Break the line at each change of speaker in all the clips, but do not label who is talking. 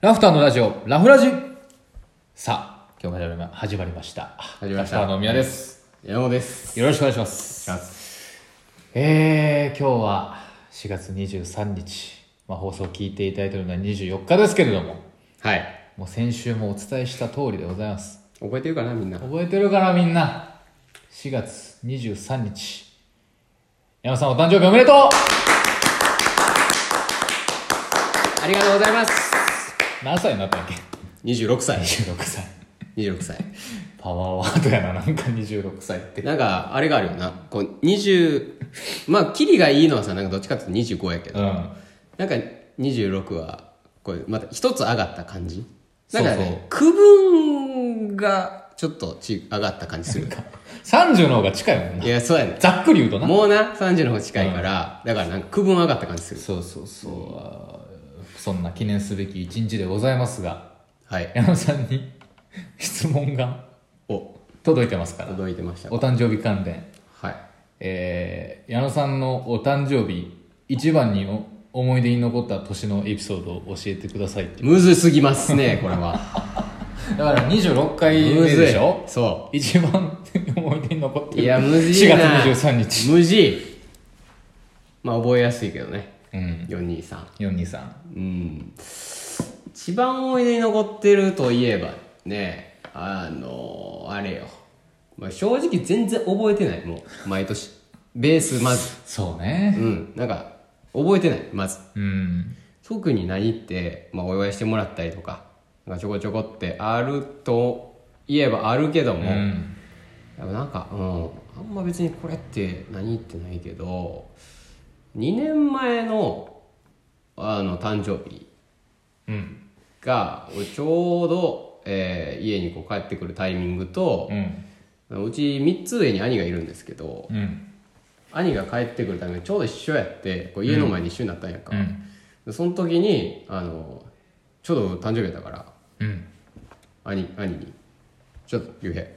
ラフターのラジオ、ラフラジさあ、今日も始まりました。
始まりました
ラフターの宮です。
山本です。
よろしくお願いします。えー、今日は4月23日、まあ、放送を聞いていただいているのは24日ですけれども、
はい。
もう先週もお伝えした通りでございます。
覚えてるかな、みんな。
覚えてるかな、みんな。4月23日、山さんお誕生日おめでとう
ありがとうございます。
何歳になったっけ
26歳。
?26 歳。
26歳。
パワーワードやな、なんか26歳って。
なんか、あれがあるよな。こう、20、まあ、キリがいいのはさ、なんかどっちかっていうと25やけ
う
ど、
ん。
なんか26は、こう、また一つ上がった感じ。なんか
そうそう
ね、区分がちょっとち上がった感じ する。。
30の方が近いもんない
や、そうやね。
ざっくり言うとな。
もうな、30の方近いから、だからなんか区分上がった感じする。
そうそうそうあー。そんな記念すべき一日でございますが、
はい。
矢野さんに質問が
お、
届いてますから。
届いてました
お。誕生日関連。
はい。
えー、矢野さんのお誕生日、一番にお思い出に残った年のエピソードを教えてくださいって。
むずすぎますね、これは。
だから26回目でしょ
むずいそ
一番思い出に残って
う。
る。
いや、むずい
4
な。
月23日。
むずい。まあ、覚えやすいけどね。
うん。
423。
423。
うん。一番思い出に残ってるといえばね、あの、あれよ。まあ、正直全然覚えてない、もう。毎年。ベース、まず。
そう
う
ね。
ん。なんか、覚えてない、まず。
うん。
特に何って、まあ、お祝いしてもらったりとか、なんかちょこちょこってあると言えばあるけども、
うん。
でもなんか、うん、あんま別にこれって何ってないけど2年前のあの誕生日
うん。
がちょうど、えー家にこう帰ってくるタイミングと
う、ん。
うち3つ上に兄がいるんですけど
うん。
兄が帰ってくるタイミングちょうど一緒やってこう家の前に一緒になったんやんか、
うん。
でその時にあのちょうど誕生日やったから
うん。
兄兄に「ちょっと竜兵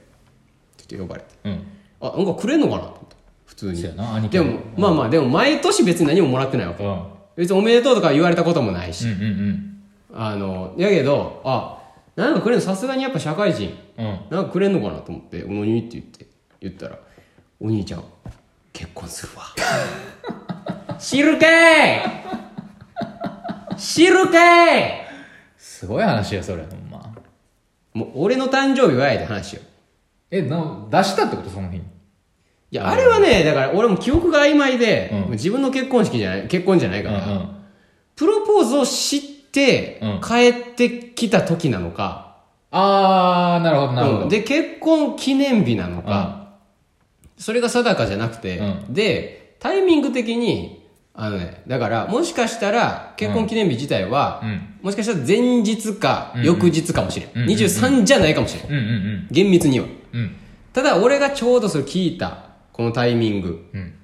ちょっと呼ばれて
うん。
あなんかくれんのかな?」と思って普通に
そうやな、兄貴
でも、まあまあ、でも毎年別に何ももらってないわ
う
け。
ん。うん
別におめでとうとか言われたこともないし。
うん
あの、やけど、あ、なんかくれんの、さすがにやっぱ社会人、
うん。うん。
なんかくれんのかなと思って、おにって言って、言ったら、お兄ちゃん、結婚するわ。 知るかい知るかい
すごい話や、それ、ほんま。
もう俺の誕生日はやで話よ。
え、な、出したってことその日に。
いや、あれはね、だから俺も記憶が曖昧で、
うん
もう自分の結婚式じゃない、結婚じゃないから、
ん。
プロポーズを知って
うん
帰ってきた時なのか、
あー、なるほど、なるほど。
うんで結婚記念日なのか、
あ
それが定かじゃなくて、
う
でタイミング的にあのねだからもしかしたら結婚記念日自体は、
うん。
もしかしたら前日か翌日かもしれん、
うんうん
23じゃないかもしれん、
うんうん
厳密には
うん。うん。
ただ俺がちょうどそれ聞いたこのタイミング
うん。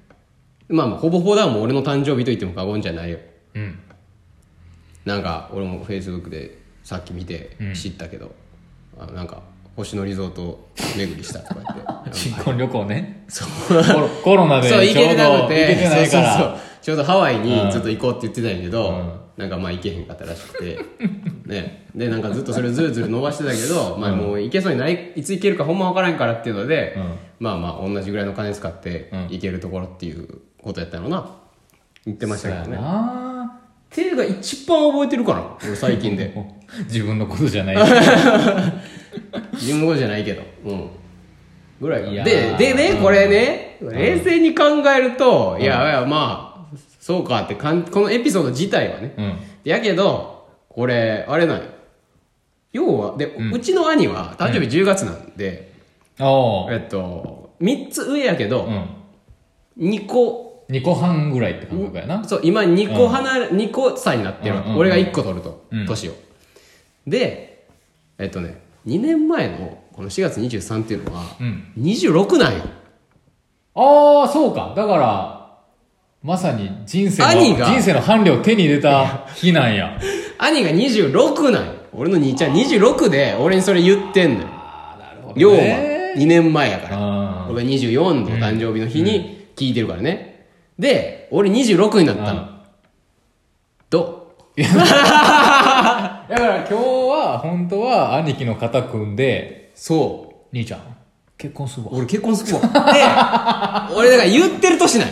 まあまあほぼほぼだからもう俺の誕生日と言っても過言じゃないよ
うん。
なんか俺もフェイスブックでさっき見て知ったけど、あなんか星野リゾート巡りしたとか言 って
新婚旅行ね。
そう
コロコロナでちょ
そう
ど
う行けてなく
行け
て
てないか
そうそう
ら。
そうちょうどハワイ
うん
にちょっと行こうって言ってたんやけど、
うん
なんかまあ行けへんかったらしくて ねでなんかずっとそれずるずる伸ばしてたけど、まあもう行けそうにないいつ行けるかほんまわからんからっていうので、
うん
まあまあ同じぐらいの金使って
うん
行けるところっていうことやったのな言ってましたけど
そうや
ね
な
ていうか一番覚えてるかな俺最近で
もう自分のこと じゃない。
自分のことじゃないけどうんぐらいか
いや
なで
ー
でね
うん
これね、冷静に考えると、いやいやまあそうかってかんこのエピソード自体はね
うん。
やけどこれあれなんよ要はで、うちの兄は誕生日10月なんで、
おー。
えっと3つ上やけ
う
ど、
ん。
二2個
2個半ぐらいって感覚やな。
そう今2個離れ、二個差になってるわけ、
うんうんうん
俺が1個取ると、
うん
年をでえっとね2年前のこの4月23っていうのは、
うん。
26なんよ。
あー、そうか。だから、まさに人生の、
兄が
人生の伴侶を手に入れた日なんや。
兄が26なんよ。俺の兄ちゃん26で俺にそれ言ってんのよ。要は2年前やから。
あ
俺が24の誕生日の日に聞いてるからね。で、俺26になったの。ど
だから今日は兄貴の肩組んで、
そう
兄ちゃん、結婚するわ。
俺結婚するわで俺だから言ってる年ない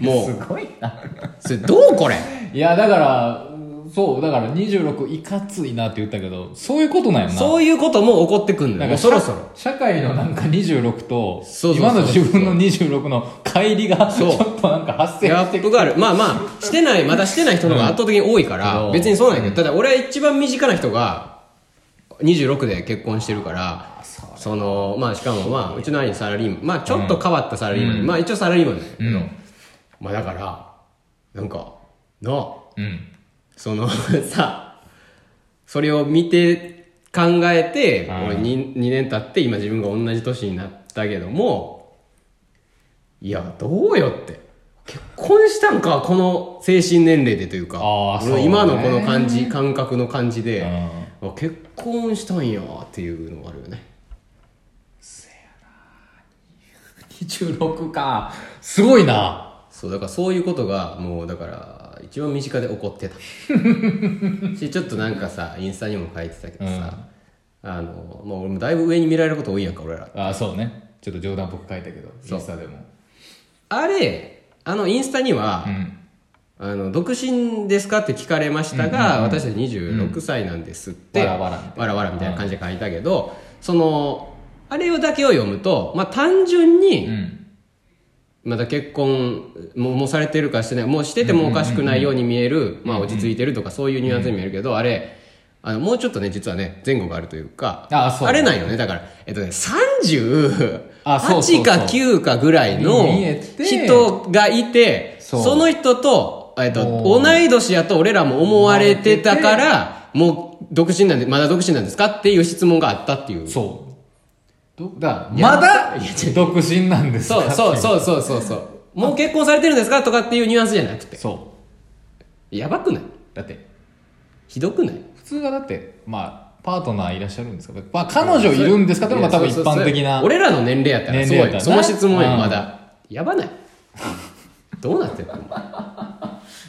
もう
すごいな。
それどうこれ
いや、だから、そう、だから26いかついなって言ったけど、そういうことなんやな。
そういうことも起こってくんの
なん
よ
か
もうそろそろ
社社会のなんか26と
そうそうそう
今の自分の26の乖離がち
そ
ょ
う
っとなんか発
ギ
生
ャ
し
ッ
て
プがあるまあまあしてないまだしてない人の方が圧倒的に多いから、
うん
別にそうなんやけどただ俺は一番身近な人が26で結婚してるからそのまあしかもまあうちの兄サラリーマンまあちょっと変わったサラリーマン、まあ一応サラリーマンなんやけど、
うん
まあだからなんかなあ
うん
その さそれを見て考えて、
うん
俺 2, 2年経って今自分が同じ年になったけどもいやどうよって結婚したんかこの精神年齢でというか
あー
俺
そうね
今のこの感じ感覚の感じ
う
で、
ん
あ結婚したんやっていうのがあるよね
26かすごいな
そうだからそういうことがもうだから一番身近で起 こってたしちょっとなんかさインスタにも書いてたけどさ、あのまあ、俺もだいぶ上に見られること多いやんか俺ら
あそうねちょっと冗談っぽく書いたけどインスタでも
あれあのインスタには
う、ん
あの独身ですかって聞かれましたが、私たち26歳なんですっ
わ
て、
らわらみたい
わらわらみたいな感じで書いたけど、そのあれをだけを読むと、まあ、単純に、
うん
まだ結婚ももうされてるかしてないもうしててもおかしくないように見える、まあ、落ち着いてるとかそういうニュアンスに見えるけど、あれあのもうちょっとね実はね前後があるというか
あそう
れなんよねだから、えっとね、
あそうそうそ
38
う
か9かぐらいの
見えて
人がいて
そう
その人と、えっと、
も
同
う
い年やと俺らも思われてたからもう独身なんでまだ独身なんですかっていう質問があったっていう
そうどだ
いや
まだ
いや
独身なんですか
そうそうそうそうそうそうもう結婚されてるんですかとかっていうニュアンスじゃなくて
そ
やばくないう
だって
ひどくない
普通はだってまあパートナーいらっしゃるんですか、まあ、彼女いるんですかっていうのが多分一般的な
そうそうそう俺らの年齢やったら
年
そう
齢や
よ
った
そ
ら
の
な
質問や
うん
まだやばないどうなってんの
い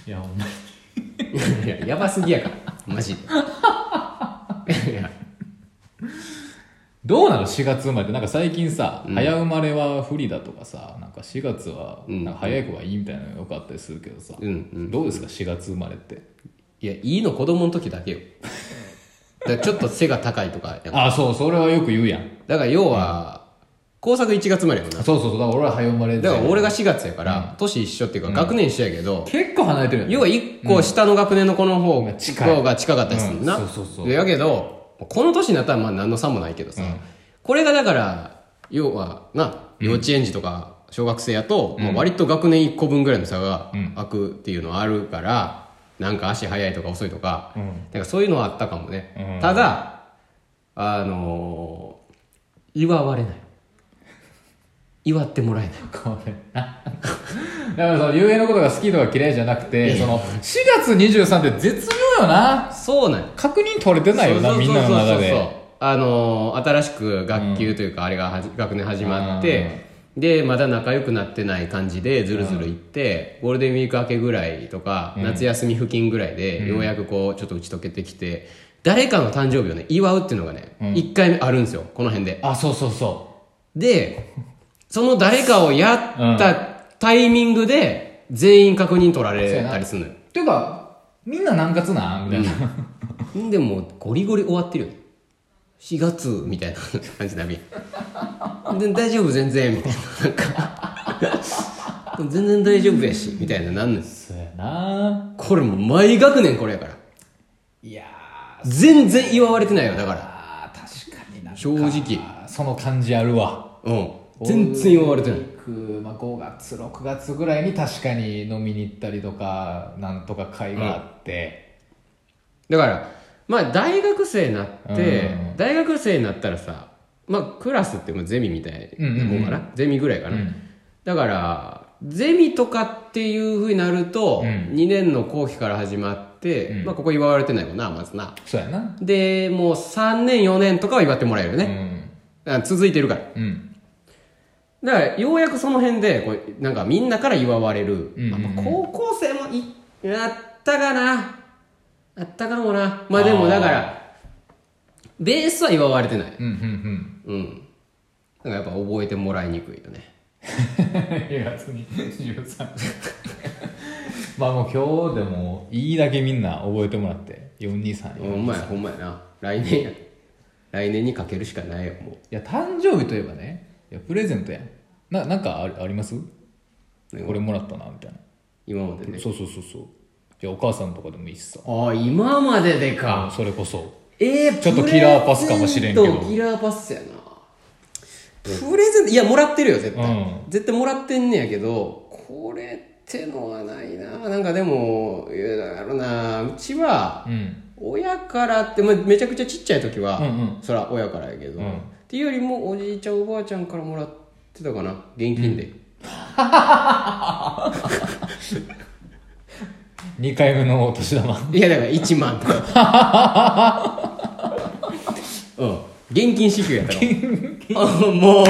やほんまに
いややばすぎやからマジでいや
どうなの4月生まれってなんか最近さ、早生まれは不利だとかさなんか4月は
うん
なんか早い子がいいみたいなのよかったりするけどさ、
うんうん
どうですか4月生まれって
いやいいの子供の時だけよだからちょっと背が高いとかやん
あそうそれはよく言うやん
だから要は工作1月までやもんな
そうそうそうだから俺は早生まれで
だから俺が4月やから年一緒っていうか学年一緒やけど
結構離れてるやん
要は1個下の学年の子の方が
近い
方が近かったりするな、
うんそうそうそう
でやけどこの年になったらまあ何の差もないけどさ、
うん
これがだから要はな幼稚園児とか小学生やと、まあ、割と学年1個分ぐらいの差が開くっていうのはあるから、なんか足早いとか遅いとか,、
うん
なんかそういうのはあったかもね、
うん
ただあのー祝われない祝ってもらえない
これなだからその遊泳のことが好きとか嫌いじゃなくてその4月23って絶妙よな
そうなんよ
確認取れてないよな
そう
み
そ
ん
うそう
な
そう
の中で
あのー新しく学級というか、あれがはじ学年始まって、でまだ仲良くなってない感じでずるずる行って、ゴールデンウィーク明けぐらいとか、夏休み付近ぐらいで、ようやくこうちょっと打ち解けてきて誰かの誕生日をね祝うっていうのがね、1回目あるんですよこの辺で
あそうそうそ
でその誰かをやったタイミングで全員確認取られたりするのよ
うっていうかみんな何月なんみたいな、
でもゴリゴリ終わってるよね4月みたいな感じだみで大丈夫全然みたいななんか全然大丈夫やしみたいななんねん
そうやな
これもう毎学年これやから
いや
全然祝われてないよだから
あー確かにな
正直
その感じあるわ
うん全然祝われてない
ゴールデンウィークまあ、5月6月ぐらいに確かに飲みに行ったりとかなんとか会があって、
だからまあ大学生になって
うん
大学生になったらさまあクラスってもうゼミみたいなもんかな、ゼミぐらいかな、
ん
だからゼミとかっていうふうになると、
うん
2年の後期から始まって、
うん
まあここ祝われてないもんなまずな
そうやな
でもう3年4年とかは祝ってもらえるよね、だから続いてるから
うんうん
だからようやくその辺でこうなんかみんなから祝われる、
うんうんうん
あまあ高校生もいあったかなあったかもなまあでもだからベースは祝われてない。
うんうん
うん。なんかやっぱ覚えてもらいにくいよね。
うん。2月に13。まあもう今日でもいいだけみんな覚えてもらって。423。
ほんまや、ほんまやな。来年や。来年にかけるしかないよ、もう。
いや、誕生日といえばね、いや、プレゼントやん。な、なんかありありますこれもらったな、みたい
今まで
な。
で。
そうそうそうそう。じゃあお母さんとかでもいいっすさ。
ああ、今まででか。
それこそ。
えー、
ちょっとキラーパスかもしれんけど
プレゼントキラーパスやな。プレゼント、いや、もらってるよ、絶
う
対。
ん。
絶対もらってんねやけど、これってのはないな。なんかでも、いや、だろな。うちは、
うん。
親からって、まあ、めちゃくちゃちっちゃい時は、
うんうん
そら親からやけど、
うん
っていうよりもおじいちゃんおばあちゃんからもらってたかな現金で、
2回目のお年玉。
いやだから1万とか うん現金支給やったのうんもう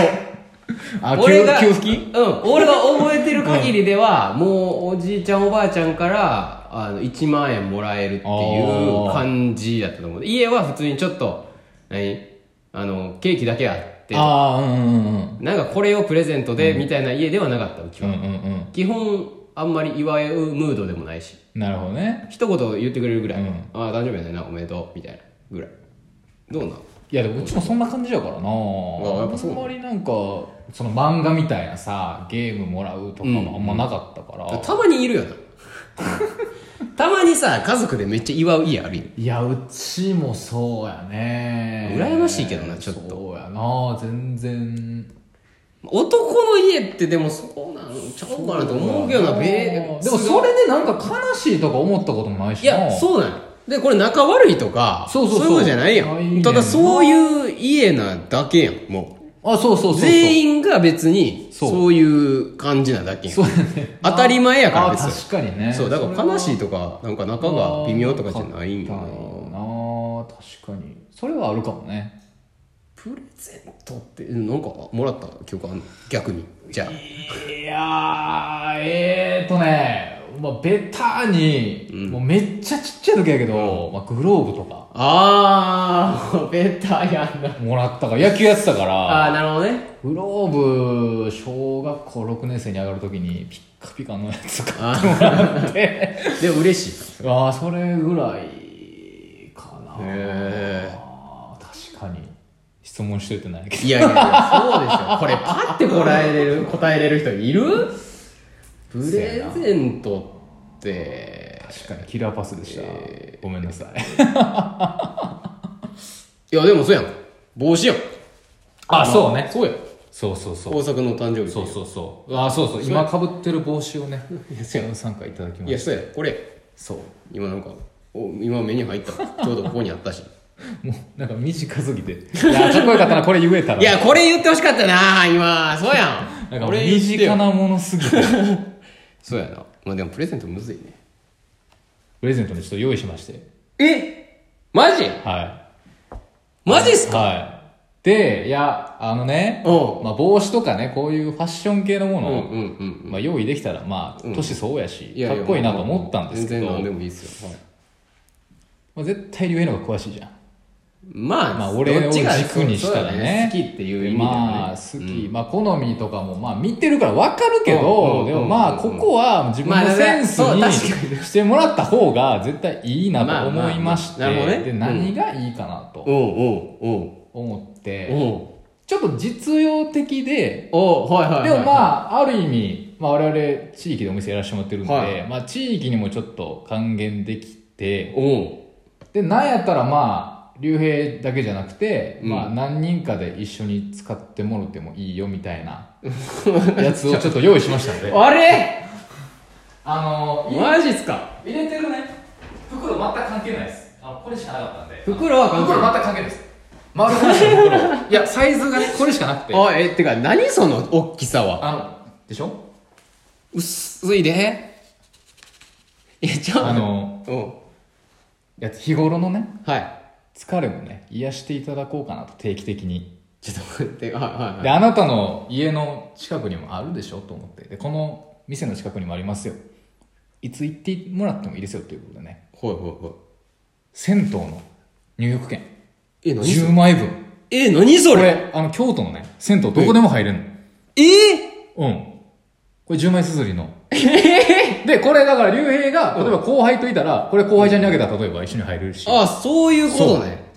あ、
俺が
給給付金
うん俺が覚えてる限りでは、もうおじいちゃんおばあちゃんからあの1万円もらえるっていう感じやったと思う家は普通にちょっと何あのケーキだけあって
ああ、うんうんうん。
なんかこれをプレゼントでみたいな家ではなかった、うち
う
は。
んうん
基本、あんまり祝うムードでもないし、
うん。なるほどね。
一言言ってくれるぐらい、
うん
ああ、大丈夫やねんな、おめでとう、みたいなぐらい。どうなん
いや、でもうちもそんな感じやからな。
あやっぱそう
あんまりなんか、その漫画みたいなさ、ゲームもらうとかもあんまなかったから。
たまにいるよ な。たまにさ、家族でめっちゃ祝う家あるよ。
いや、うちもそうやね。
羨ましいけどなちょっと
そうやな、全然。
男の家ってでもそうなんちゃうかなと思うけどな、べ
でもそれでなんか悲しいとか思ったこともない
い
しな。
や、そうなんよで、これ仲悪いとか、
そうそうそう
いうのじゃないや
ないねん
ん。
な
ただそういう家なだけやん、もう。
あ、そうそうそうそう。
全員が別に
そう
そういう感じなだけやん
そうやね。
当たり前やから
あ
ですよ
確かにね。
そうだから悲し
い
いとかなんか仲が微妙とかじゃないん
だ
だ
よ
な
な。確かに。それはあるかもね。
プレゼントってなんかもらった記憶あんの逆にじゃ
いやー、えーとね、まあ、ベターに、もうめっちゃちっちゃい時やけど、まあ、グローブとか
ああーベタやんな
もらったから、野球やってたから、
あーなるほどね
グローブ、小学校6年生に上がる時に、ピッカピカのやつ買ってもらって、
でも嬉し い
ああ、それぐらいかな。
へー
あー確かに。質問しといてないけど。
いやいやいやそうでしょこれパッて答えれる答えれる人いるプレゼントって
確かに、キラーパスでした。ごめんなさい。
いやでもそうやん帽子やん
あ、そうね。
そうやん
そうそうそう。
大阪の誕生日
そうそうそうあそうそう今かぶってる帽子をね参加いただきま
いや
し
そうやこれ
たそう
今なんかお今目に入 ったちょうどここにあったし
もうなんか短すぎていやかっこよかったなこれ言えたら
いやこれ言ってほしかったな今そうやん
なんか
こ
もう
れ言
身
ってよ
近なものすぎて
そうやなまあでもプレゼントむずいね
プレゼントにちょっと用意しまして
えマジ
は
マジっす
いはいでいやあのね、
うん
まあ、帽子とかねこういうファッション系のも
う
の
んう
を、
んうん
まあ、用意できたらまあ
うん
年相応やし、
いや
か
や
っこいいなと思ったんですけ
全
ど、
然何で
ま
もいいっすよ、はい
あ、絶対龍平の方が詳しいじゃん
まあ、
まあ俺を
どっちが
軸にしたらね
そうだ好きっていう意味ではね、
まあ好き、まあ好みとかもまあ見てるから分かるけど、
うん
でもまあここは自分
まあ
のセンスに
そう確か
してもらった方が絶対いいなと
まあ
思いまして、
まあまあなるほどね
で
うん
何がいいかなと
おうおう
思っ
おう
て、
おう
ちょっと実用的で、
おうはいはいはい、
でもまあある意味、まあ、我々地域でお店やらせてもらってるんで、
はい
まあ地域にもちょっと還元できて
おう
でなんやったらまあ竜兵だけじゃなくて、
うん
まあ何人かで一緒に使ってもろてもいいよみたい なやつをちょっと用意しましたので
あれ
あのー
マジっすか
入れてるね袋全く関係ないですあのこれしかなかったんで
袋は関係ない
袋全く関係ないです丸ごなしの袋 いやサイズがねこれしかなくて
おいえてか何その大きさは
あのでしょ
薄いでいやちょっと
あの
うん
いや日頃のね
はい
疲れもね癒していただこうかなと定期的に
ちょっと待ってはいはい
で
はい
あなたの家の近くにもあるでしょと思ってでこの店の近くにもありますよいつ行ってもらってもいいですよということでね
ほいほいほ
銭湯の入浴券
え、何それ
10枚分。
え、何そ
こ
れ
れ、あの、京都のね、銭湯どこでも入れんの。
え
うん。これ10枚すずりの。で、これだから、竜兵が、例えば後輩といたら、これ後輩ちゃんにあげたら、例えば一緒に入れるし。だ
あ、そういうことね。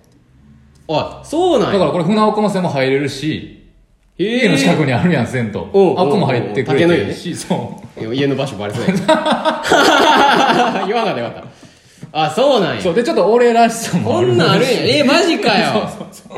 あ、そうなんや。
からこれ船岡の線も入れるし、
え
家の近くにあるやん、銭湯。あっ
おう
こも入ってくれて
おうおう
るし、そう。
いや家の場所バレ そうや けど言わなかったよかった。あ、そうなんや
そ。う、で、ちょっと俺らしさも
こ
ある
んなんあ るんや。
し
え、マジかよ。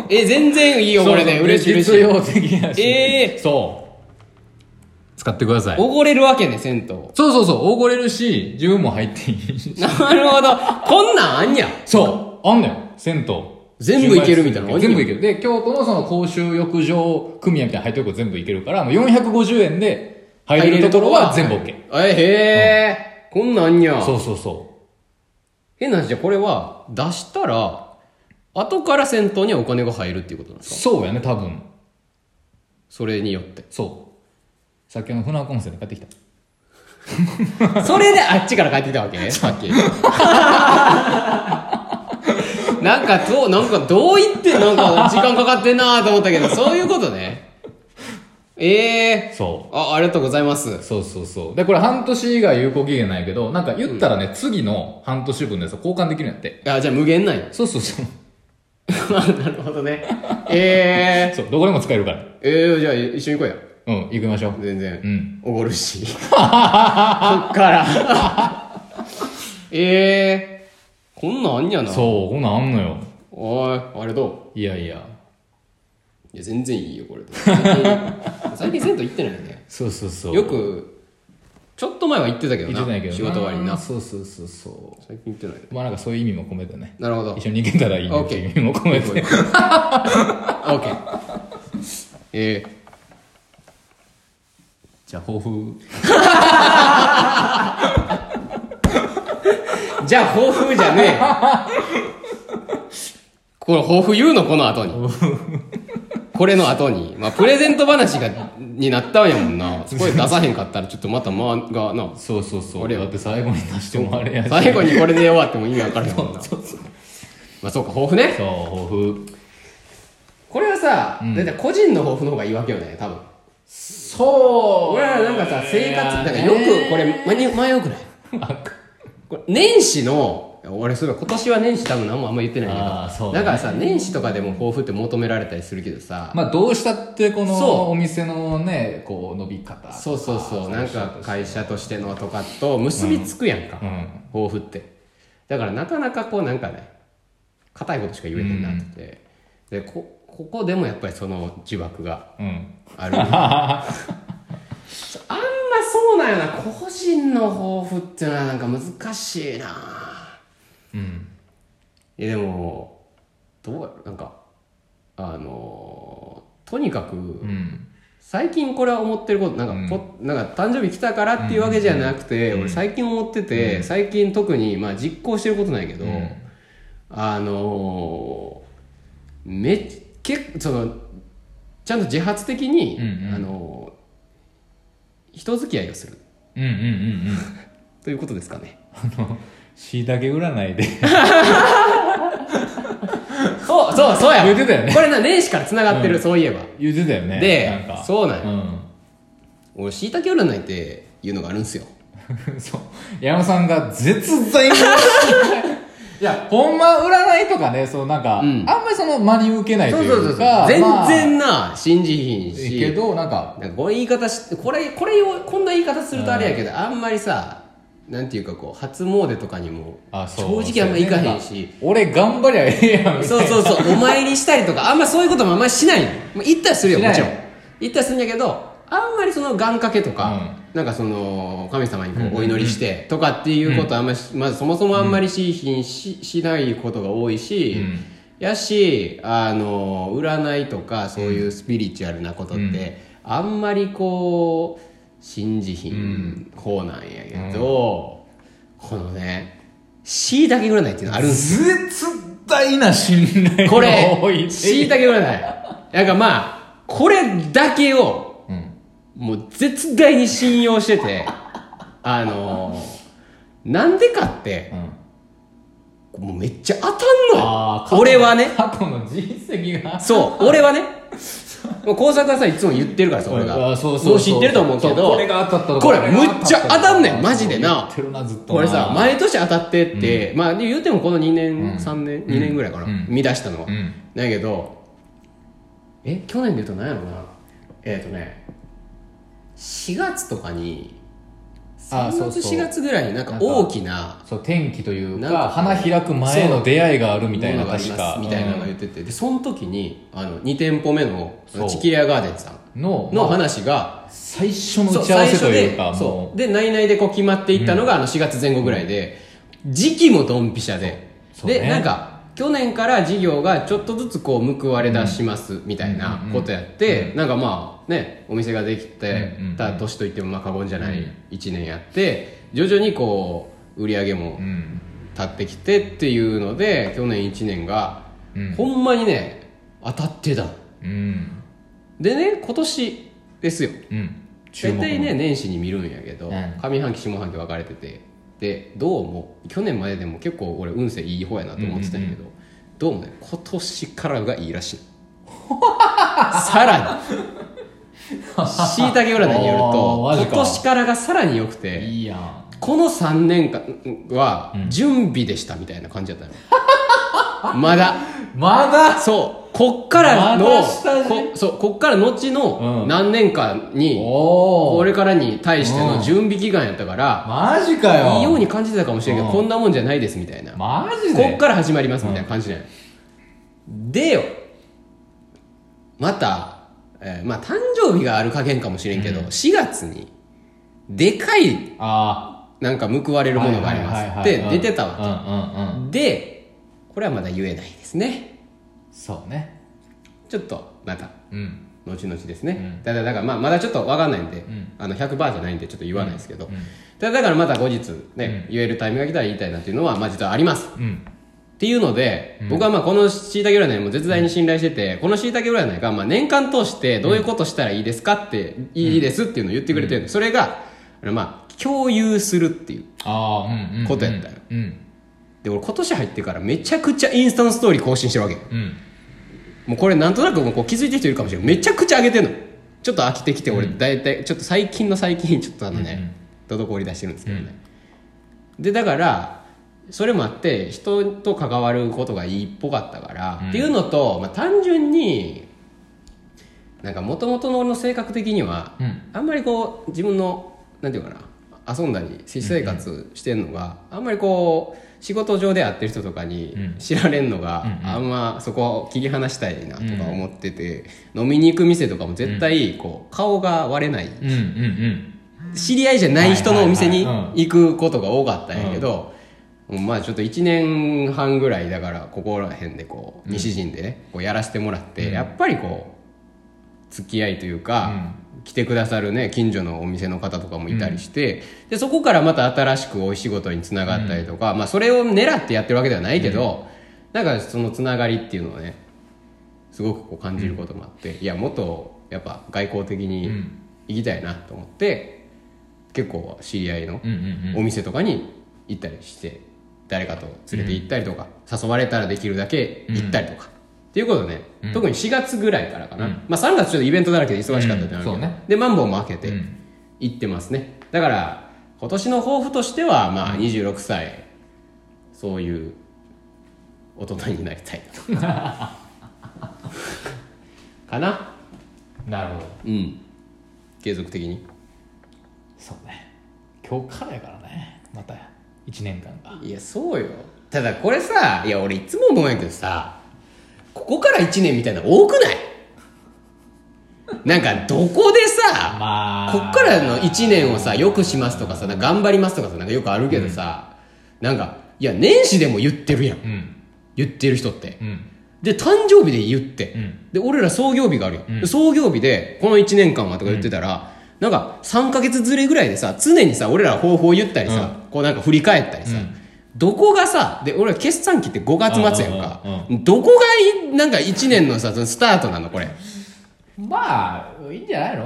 え、全然いいよ、これで。
そう
嬉しい、嬉
実
しい。
用的やし。
ええ
そう。使ってください。
おごれるわけね、銭湯。
そうそうそう、おごれるし、自分も入っていいし。
なるほど。こんなんあんや。
そう、あんのよ、銭湯。
全部いけるみたいな
全部いける。で、京都のその公衆浴場組合みたいな入ってるとこ全部いけるから、もう450円で入れるところは全部 OK。
え、へえ、こんなんあんや。
そうそうそ
変な話じゃ、これは、出したら、後から銭湯にはお金が入るっていうことなんで
う。
すか
そうやね、多分。
それに よって。
そう。さっきあの船岡温泉で買ってきた。
それであっちから帰ってきたわけさっき。なんかどう、なんかどう言ってなんか時間かかってんなーと思ったけど、そういうことね。ええ
そ
あ、ありがとうございます
う。。そうそうそう。で、これ半年以外有効期限ないけど、なんか言ったらね、次の半年分のやつを交換できるんやって。
あ、じゃあ無限なんや
そうそうそう。
あなるほどね。ええ
そう、どこでも使えるから。
ええじゃあ一緒に行こうや。
うん、行きましょう。
全
う
然。
ん。
おごるし。そっから。 ええこんなんあんやな。
そう、こんなんあんのよ。
おい、あれどう
いやいや。
いや全然いいよこ れで最近銭湯行ってないよね
そうそうそう。
よくちょっと前は行ってたけど
行っ
な
てないけどな
仕事終わりにな
そうそうそうそ
最近行ってないう
まあなんかそういう意味も込めてね
なるほど
一緒に行けたらいいねっていう意味も込め
オ
て
ッケーえ ー
じゃあ抱負
じゃあ抱負じゃねえこれ抱負言うのこの後にこれの後にまあプレゼント話がになったんやもんなそこで出さへんかったらちょっとまた間がな
そうそうそう俺
俺は
だって最後に出してもあれやしそう
最後にこれで終わっても意味わからへんもんなまあそうか抱負ね
抱負
これはさ、
ん
だいたい個人の抱負の方がいいわけよね、多分。
そ
俺らなんかさ、生活、なんかよく、これ、前に 前よくないこれ年始の、俺そういえば今年は年始多分何もあんま言ってない
あー
け
そう
ど、
ね
だからさ、年始とかでも抱負って求められたりするけどさ、
まあどうしたってこ
そう
のお店のねこう伸び方
そうそうそう、なんか会社としてのとかと結びつくやんか
う、ん
抱負って。だからなかなかこうなんかね、硬いことしか言えてんなって。で、こ、ここでもやっぱりその呪縛が
うん
あるあんまそうなんやな個人の抱負ってのはなんか難しいな
うん
いやでもどうやろなんかあのとにかく、
うん
最近これは思ってることなんか,こ、なんか誕生日来たからっていうわけじゃなくて、俺最近思ってて、最近特に、まあ、実行してることないけど、
うん
あのーめっ結構そのちゃんと自発的に、
うんうん
あのー人付き合いをする
うんうんうんうん
ということですかね
しいたけ占い で
そうそうそうや
言ってたよね
これな年始からつながってる、そういえば
言ってたよね
で
なんか
そうなんや
うん
俺しいたけ占いっていうのがあるんですよ
そう。矢野さんが絶対に。 いや、ほんま占いとかね、そうなんか、
うん
あんまりその真に受けないというか、
全
まあ
然な信じひん
い
し
いけど、なんか、
なんかこれ言い方しこれこれをこんな言い方するとあれやけど、あんまりさなんていうかこう初詣とかにも
あ
正
そう
直あんま行かへん
そう
し
ね俺頑張りゃええやん、みたい
そうそうそうお参りしたりとかあんまそういうこともあんまりしないのまあ行ったりするよ
しない
もちろん行ったりするんやけどあんまりその願掛けとか、なんかその神様にこうお祈りしてとかっていうことはあんまり、まずそもそもあんまりしひんししないことが多いし、
うん
やしあの占いとかそういうスピリチュアルなことって、あんまりこう信じひん方なんやけど、このねしいだけ占いっていうのあるんですよ
な。絶大な信頼
こ
が多い
れ、
って
しいたけ占い。なんかまあ、これだけ
うん。
を、もう絶対に信用してて、あのーなんでかって
う、ん。
もうめっちゃ当たんの
あー
よ俺はね
過去の実績が
そう俺はねもう工作はさいつも言ってるからさ俺が
あそうそうそう
もう知ってると思うけ
そう
ど
これが当たったと
これむっちゃ当たんねんマジで
言
な
ってるなずっとな
これさ毎年当たってって、まあ言うてもこの2年、3年2年ぐらいかな、
うん
見出したのは、
うん
だけどえ去年で言うと何やろうなえっ、とね4月とかに
あ
3
そう
月
そう
4月ぐらいになんか
なんか
大きな
そう天気という
なんか
か花開く前の出会いがあるみたい
も
な
のがあり
確
ま
か
すみたいなのが言ってて、でその時にあの2店舗目の
そう
チキレアガーデンさ
うんんの
の話が
最初の
そ
打
う
ち合わ
最
せと
初
い
で
うか
そ
も
うで内々でこう決まっていったのが、あの4月前後ぐらいで時期もドンピシャで、
そう
で
そうね
なんか去年から事業がちょっとずつこう報われ出しますみたいなことやって、なんかまあねお店ができて
うんうんうん
た年といってもまあ過言じゃない1年やって徐々にこう売り上げも
う、うん、
立ってきてっていうので去年1年が、
うん
ほんまにね当たってた
うん
でね今年ですよ
うん、
大
の
体ね年始に見るんやけど、
うん
上半期下半期分かれててでどうも去年まででも結構俺運勢いい方やなと思ってたんやけど、どうもね今年からがいいら しいさら にしいたけ占いによる
お
と
ーマジ
今
か
年からがさらに良くて
いいやん
この3年間は準備でしたみたいな感じだったの、 まだ
まだ
そうこっからの、
まだ下地
こそうこっから後の
うん
何年間に、
お
こ
お
れからに対しての準備期間やったから、
マジかよ
いいように感じてたかもしれんけど、
うん
こんなもんじゃないですみたいな、
マジで
こっから始まりますみたいな感じなんや、でよまた、えーまあ誕生日がある加減かもしれんけど、4月にでかい
あ
なんか報われ
あ
るものがありますって出てたわ
わうんうんうん
でこれはまだ言えないですね
そうね
ちょっとまた
うん
後々ですね、ただだからまあまだちょっと分かんないんで、あの100%じゃないんでちょっと言わないですけど、ただだからまた後日ね、言えるタイミングが来たら言いたいなっていうのはまあ実はあります
うん
っていうので、僕はまあこのしいたけ占いも絶大に信頼してて、このしいたけ占いがまあ年間通してどういうことしたらいいですかって、いいですっていうのを言ってくれてるんで、それがあのまあ共有するっていう
ああうんうんうん
ことやったよ
うん
で俺今年入ってからめちゃくちゃインスタのストーリー更新してるわけよ
うん
もうこれなんとなくもうこう気づいてる人いるかもしれないめちゃくちゃ上げてんのちょっと飽きてきて俺大体ちょっと最近の最近ちょっとあのね滞り出してるんですけどね、でだからそれもあって人と関わることがいいっぽかったから、っていうのと、まあ、単純になんか元々の俺の性格的には、
うん
あんまりこう自分のなんていうかな遊んだり私生活してるのが、あんまりこう仕事上で会ってる人とかに知られんのが、あんまそこを切り離したいなとか思ってて、飲みに行く店とかも絶対こう顔が割れない
うんうんうん
知り合いじゃない人のお店に
はいはいは
行くことが多かったんやけど、まあちょっと1年半ぐらいだからここら辺でこう西陣でねこうやらせてもらって、やっぱりこう付き合いというか、来てくださるね近所のお店の方とかもいたりして、でそこからまた新しくお仕事につながったりとか、まあそれを狙ってやってるわけではないけど、なんかそのつながりっていうのをねすごくこう感じることもあって、いやもっとやっぱ外交的に行きたいなと思って、結構知り合いの
うんうん
お店とかに行ったりして誰かと連れて行ったりとか、誘われたらできるだけ行ったりとか、っていうことね、特に4月ぐらいからかな、まあ、3月ちょっとイベントだらけで忙しかったってな
うん
るけど、
そうね
でマンボウも開けて行ってますね、だから今年の抱負としてはまあ26歳そういう大人になりたい なかな
なるほど
うん継続的に
そうね今日からやからねまた1年間が
いやそうよただこれさいや俺いつも思うんやけどさここから1年みたいなの多くないなんかどこでさ
まあ
こっからの1年をさよくしますとかさなんか頑張りますとかさなんかよくあるけどさ、なんかいや年始でも言ってるやん
うん
言ってる人って、
うん
で誕生日で言って、
うん
で俺ら創業日があるよ、で創業日でこの1年間はとか言ってたら、なんか3か月ずれぐらいでさ常にさ俺ら方法言ったりさ、こうなんか振り返ったりさ、どこがさで俺ら決算期って5月末やんか、
うんうん
どこがいなんか1年のさそのスタートなのこれ
まあ、いいんじゃないの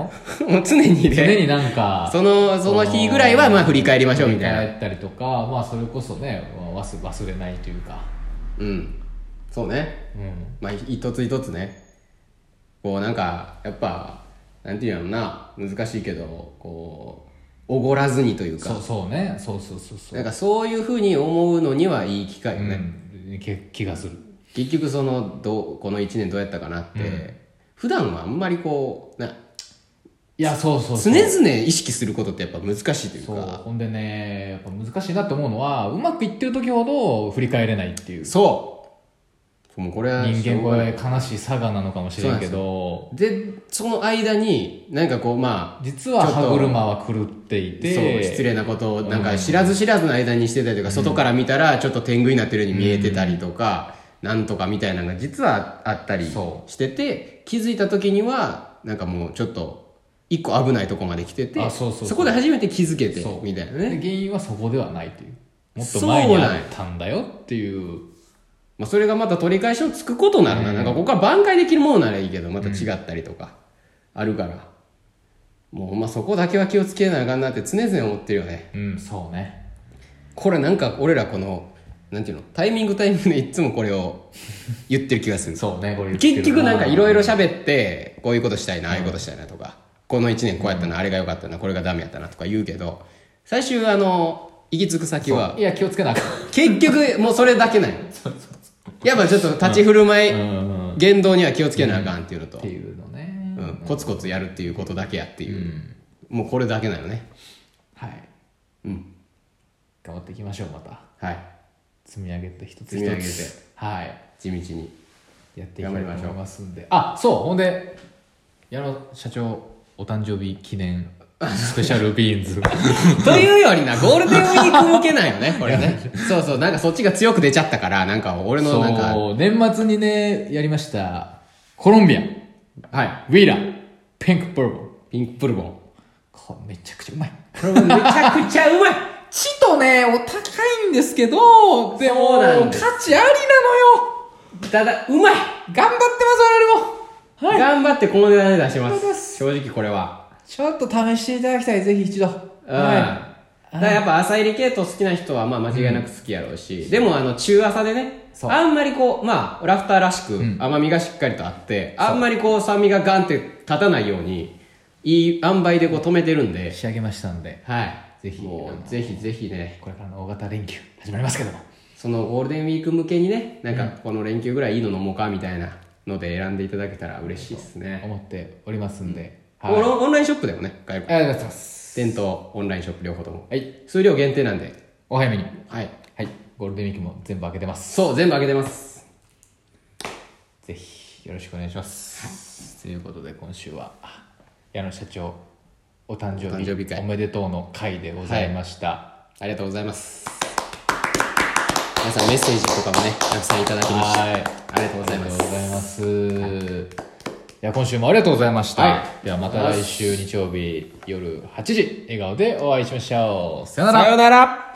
もう常にね。
常になんか、
その、その日ぐらいは、まあ、振り返りましょうみたい
帰
な。
ったりとか、まあ、それこそね、まあ忘忘れないというか。
うん。そうね。
うん。
まあ、一つ一つね。こう、なんか、やっぱ、なんていうのな、難しいけど、こう、おごらずにという
そ
か
う、そうね。そうそうそうそう。
なんかそういうふうに思うのにはいい機会よ
う
ね。
ん、け気がする。
結局、その、どう、この1年どうやったかなって、普段はあんまりこう、な、
いや、そうそうそ
常
う。
々意識することってやっぱ難しいという
そう。
か、
ほんでね、やっぱ難しいなって思うのは、うまくいってる時ほど振り返れないっていう。
そうもうこれは
人間こ
しょう
れ悲しい差がなのかもしれんけど、
がないでその間になんかこうま
実は歯車は狂ってい
あ
て、
そう失礼なことをなんか知らず知らずの間にしてたりとか、外から見たらちょっと天狗になってるように見えてたりとか、なんとかみたいなのが実はあったり
そ
してて気づいた時にはなんかもうちょっと一個危ないとこまで来てて
あそうそうそう
こで初めて気づけて
そう
みたいな
で
ね
原因はそこではないという。もっと
そう
前に
なん
あ
や
ったんだよっていう。
まあ、それがまた取り返しのつくことならな,、なんかここから挽回できるものならいいけどまた違ったりとかあるから、もうほんまそこだけは気をつけなあかんなって常々思ってるよね
うん、そうね。
これなんか俺らこのなんていうのタイミングタイミングでいつもこれ を言ってる気がする
そうね、これ言ってる
結局なんかいろいろ喋ってこういうことしたいなああいうことしたいなとかこの1年こうやったな、あれが良かったなこれがダメやったなとか言うけど最終あの行き着く先はい
や、気をつけなあかん。
結局もうそれだけないやっぱちょっと立ち振る舞い、
うんうん。っ
言動には気をつけなあかんっていうのと
て、いうのね。
うんコツコツやるっていうことだけやっていう、もうこれだけなのね
はい。
うん
頑張っていきましょう、また。
はい
積み上げて一つ一つ。
積み上げて
はい。
地道に
やっていきたいと思いますんであそうほんで矢野社長お誕生日記 念スペシャルビーンズ
というよりなゴールデンウィーク向けなんよねこれねそうそうなんかそっちが強く出ちゃったからなんか俺のなんか
そう年末にねやりましたコロンビアン
はい
ウィーラーピンクブルボン
ピンクプルボン
これめちゃくちゃうまい
これめちゃくちゃうまい
ちとねお高いんですけどで
そうなんです
価値ありなのよ
ただうまい、
頑張ってます我々もはい
頑張ってこの値段で出してま
ありがとうございます
正直これは
ちょっと試していただきたいぜひ一度
うん
は
だからやっぱ朝入り系統好きな人はまあ間違いなく好きやろうし、でもあの中朝でね
そう
あんまりこうまあラフターらしく甘みがしっかりとあって、あんまりこう酸味がガンって立たないようにいい塩梅でこう止めてるん
い
で
仕上げましたんで
はい
ぜひ
も
あの
うぜひぜひね
これからの大型連休始まりますけども
そのゴールデンウィーク向けにねなんかこの連休ぐらいいいの飲もうかみたいなので選んでいただけたら嬉しいですね、
思っておりますんで、
オ
はい
ンオンラインショップでもね買える
ありがとうございます
店頭オンラインショップ両方とも
はい
数量限定なんで
お早めに
はい
はいゴールデンウィークも全部開けてます
そう全部あげてます
ぜひよろしくお願いしますということで今週は矢野社長お誕生日
お誕生日会
おめでとうの会でございました、
ありがとうございます。皆さんメッセージとかもね、たくさんいただきました。
はい
ありがとうござい
あ
ま
りが
す。
とうございます、いや今週もありがとうございました、
は
ではまた来週日曜日夜8時笑顔でお会いしましょうさよなら
さようなら